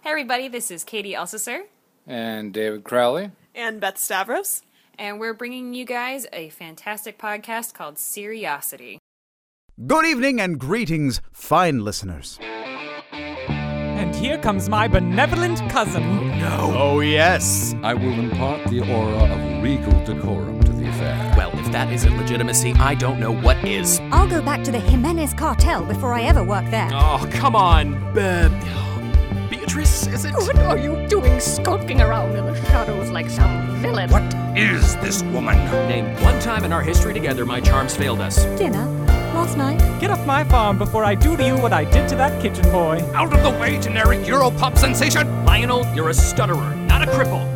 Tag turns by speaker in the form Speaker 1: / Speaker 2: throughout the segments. Speaker 1: Hey, everybody, this is Katie Elsesser,
Speaker 2: and David Crowley.
Speaker 3: and Beth Stavros.
Speaker 1: and we're bringing you guys a fantastic podcast called Seriosity.
Speaker 4: Good evening and greetings, fine listeners.
Speaker 5: And here comes my benevolent cousin.
Speaker 4: Oh, yes.
Speaker 6: I will impart the aura of regal decorum to the affair.
Speaker 7: Well, if that isn't legitimacy, I don't know what is.
Speaker 8: I'll go back to the Jimenez cartel before I ever work there.
Speaker 7: Oh, come on, Beb. Beatrice, is it?
Speaker 9: What are you doing skulking around in the shadows like some villain? What?
Speaker 6: Is this woman?
Speaker 7: Name one time in our history together my charms failed us.
Speaker 8: Dinner last night.
Speaker 5: Get off my farm before I do to you what I did to that kitchen boy.
Speaker 6: Out of the way, generic Europop sensation!
Speaker 7: Lionel, you're a stutterer, not a cripple.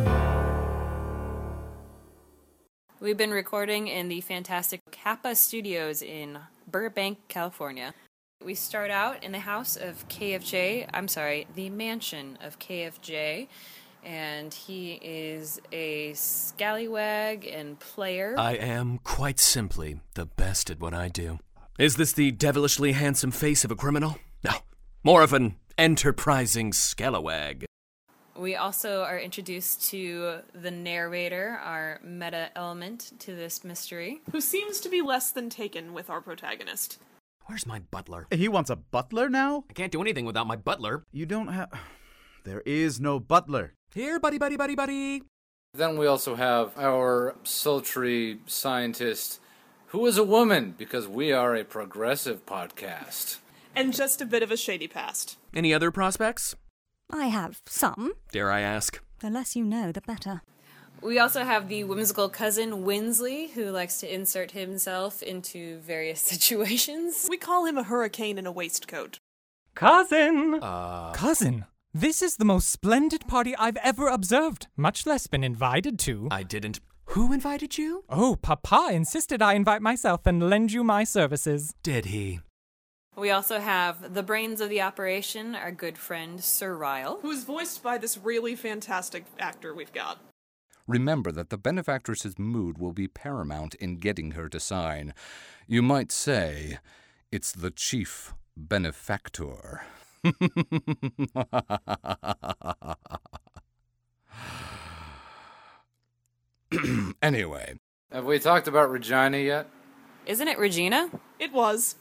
Speaker 1: We've been recording in the fantastic Kappa Studios in Burbank, California. We start out in the house of KFJ, I'm sorry, the mansion of KFJ, and he is a scallywag and player.
Speaker 7: I am quite simply the best at what I do. Is this the devilishly handsome face of a criminal? No, more of an enterprising scalawag.
Speaker 1: We also are introduced to the narrator, our meta element to this mystery.
Speaker 3: Who seems to be less than taken with our protagonist.
Speaker 7: Where's my butler?
Speaker 4: He wants a butler now?
Speaker 7: I can't do anything without my butler.
Speaker 4: You don't have. There is no butler.
Speaker 7: Here, buddy, buddy, buddy, buddy.
Speaker 2: Then we also have our sultry scientist, who is a woman, because we are a progressive podcast.
Speaker 3: And just a bit of a shady past.
Speaker 7: Any other prospects?
Speaker 8: I have some.
Speaker 7: Dare I ask?
Speaker 8: The less you know, the better.
Speaker 1: We also have the whimsical cousin, Winsley, who likes to insert himself into various situations.
Speaker 3: We call him a hurricane in a waistcoat.
Speaker 5: Cousin!
Speaker 7: Uh,
Speaker 5: Cousin, this is the most splendid party I've ever observed, much less been invited to.
Speaker 7: I didn't. Who invited you?
Speaker 5: Oh, Papa insisted I invite myself and lend you my services.
Speaker 7: Did he?
Speaker 1: We also have the brains of the operation, our good friend, Sir Ryle.
Speaker 3: Who is voiced by this really fantastic actor we've got.
Speaker 6: Remember that the benefactress's mood will be paramount in getting her to sign. You might say, it's the chief benefactor. anyway,
Speaker 2: Have we talked about Regina yet?
Speaker 1: Isn't it Regina?
Speaker 3: It was.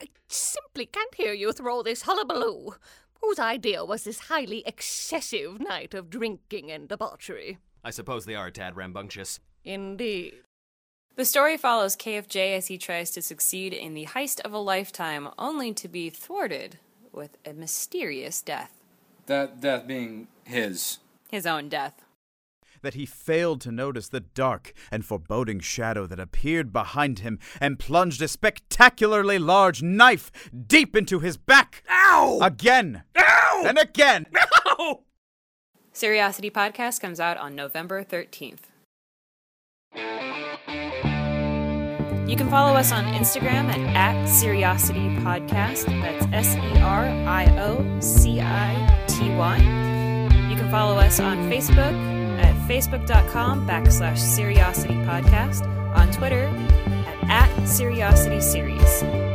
Speaker 9: I simply can't hear you through all this hullabaloo. Whose idea was this highly excessive night of drinking and debauchery?
Speaker 7: I suppose they are a tad rambunctious.
Speaker 9: Indeed.
Speaker 1: The story follows KFJ as he tries to succeed in the heist of a lifetime, only to be thwarted with a mysterious death.
Speaker 2: That that being his.
Speaker 1: His own death.
Speaker 4: That he failed to notice the dark and foreboding shadow that appeared behind him and plunged a spectacularly large knife deep into his back. Ow! Again. Ow! And again.
Speaker 1: Seriosity Podcast comes out on November 13th. You can follow us on Instagram at, at Seriosity Podcast. That's S E R I O C I T Y. You can follow us on Facebook at facebook.com backslash Seriosity Podcast, on Twitter at, at Seriosity Series.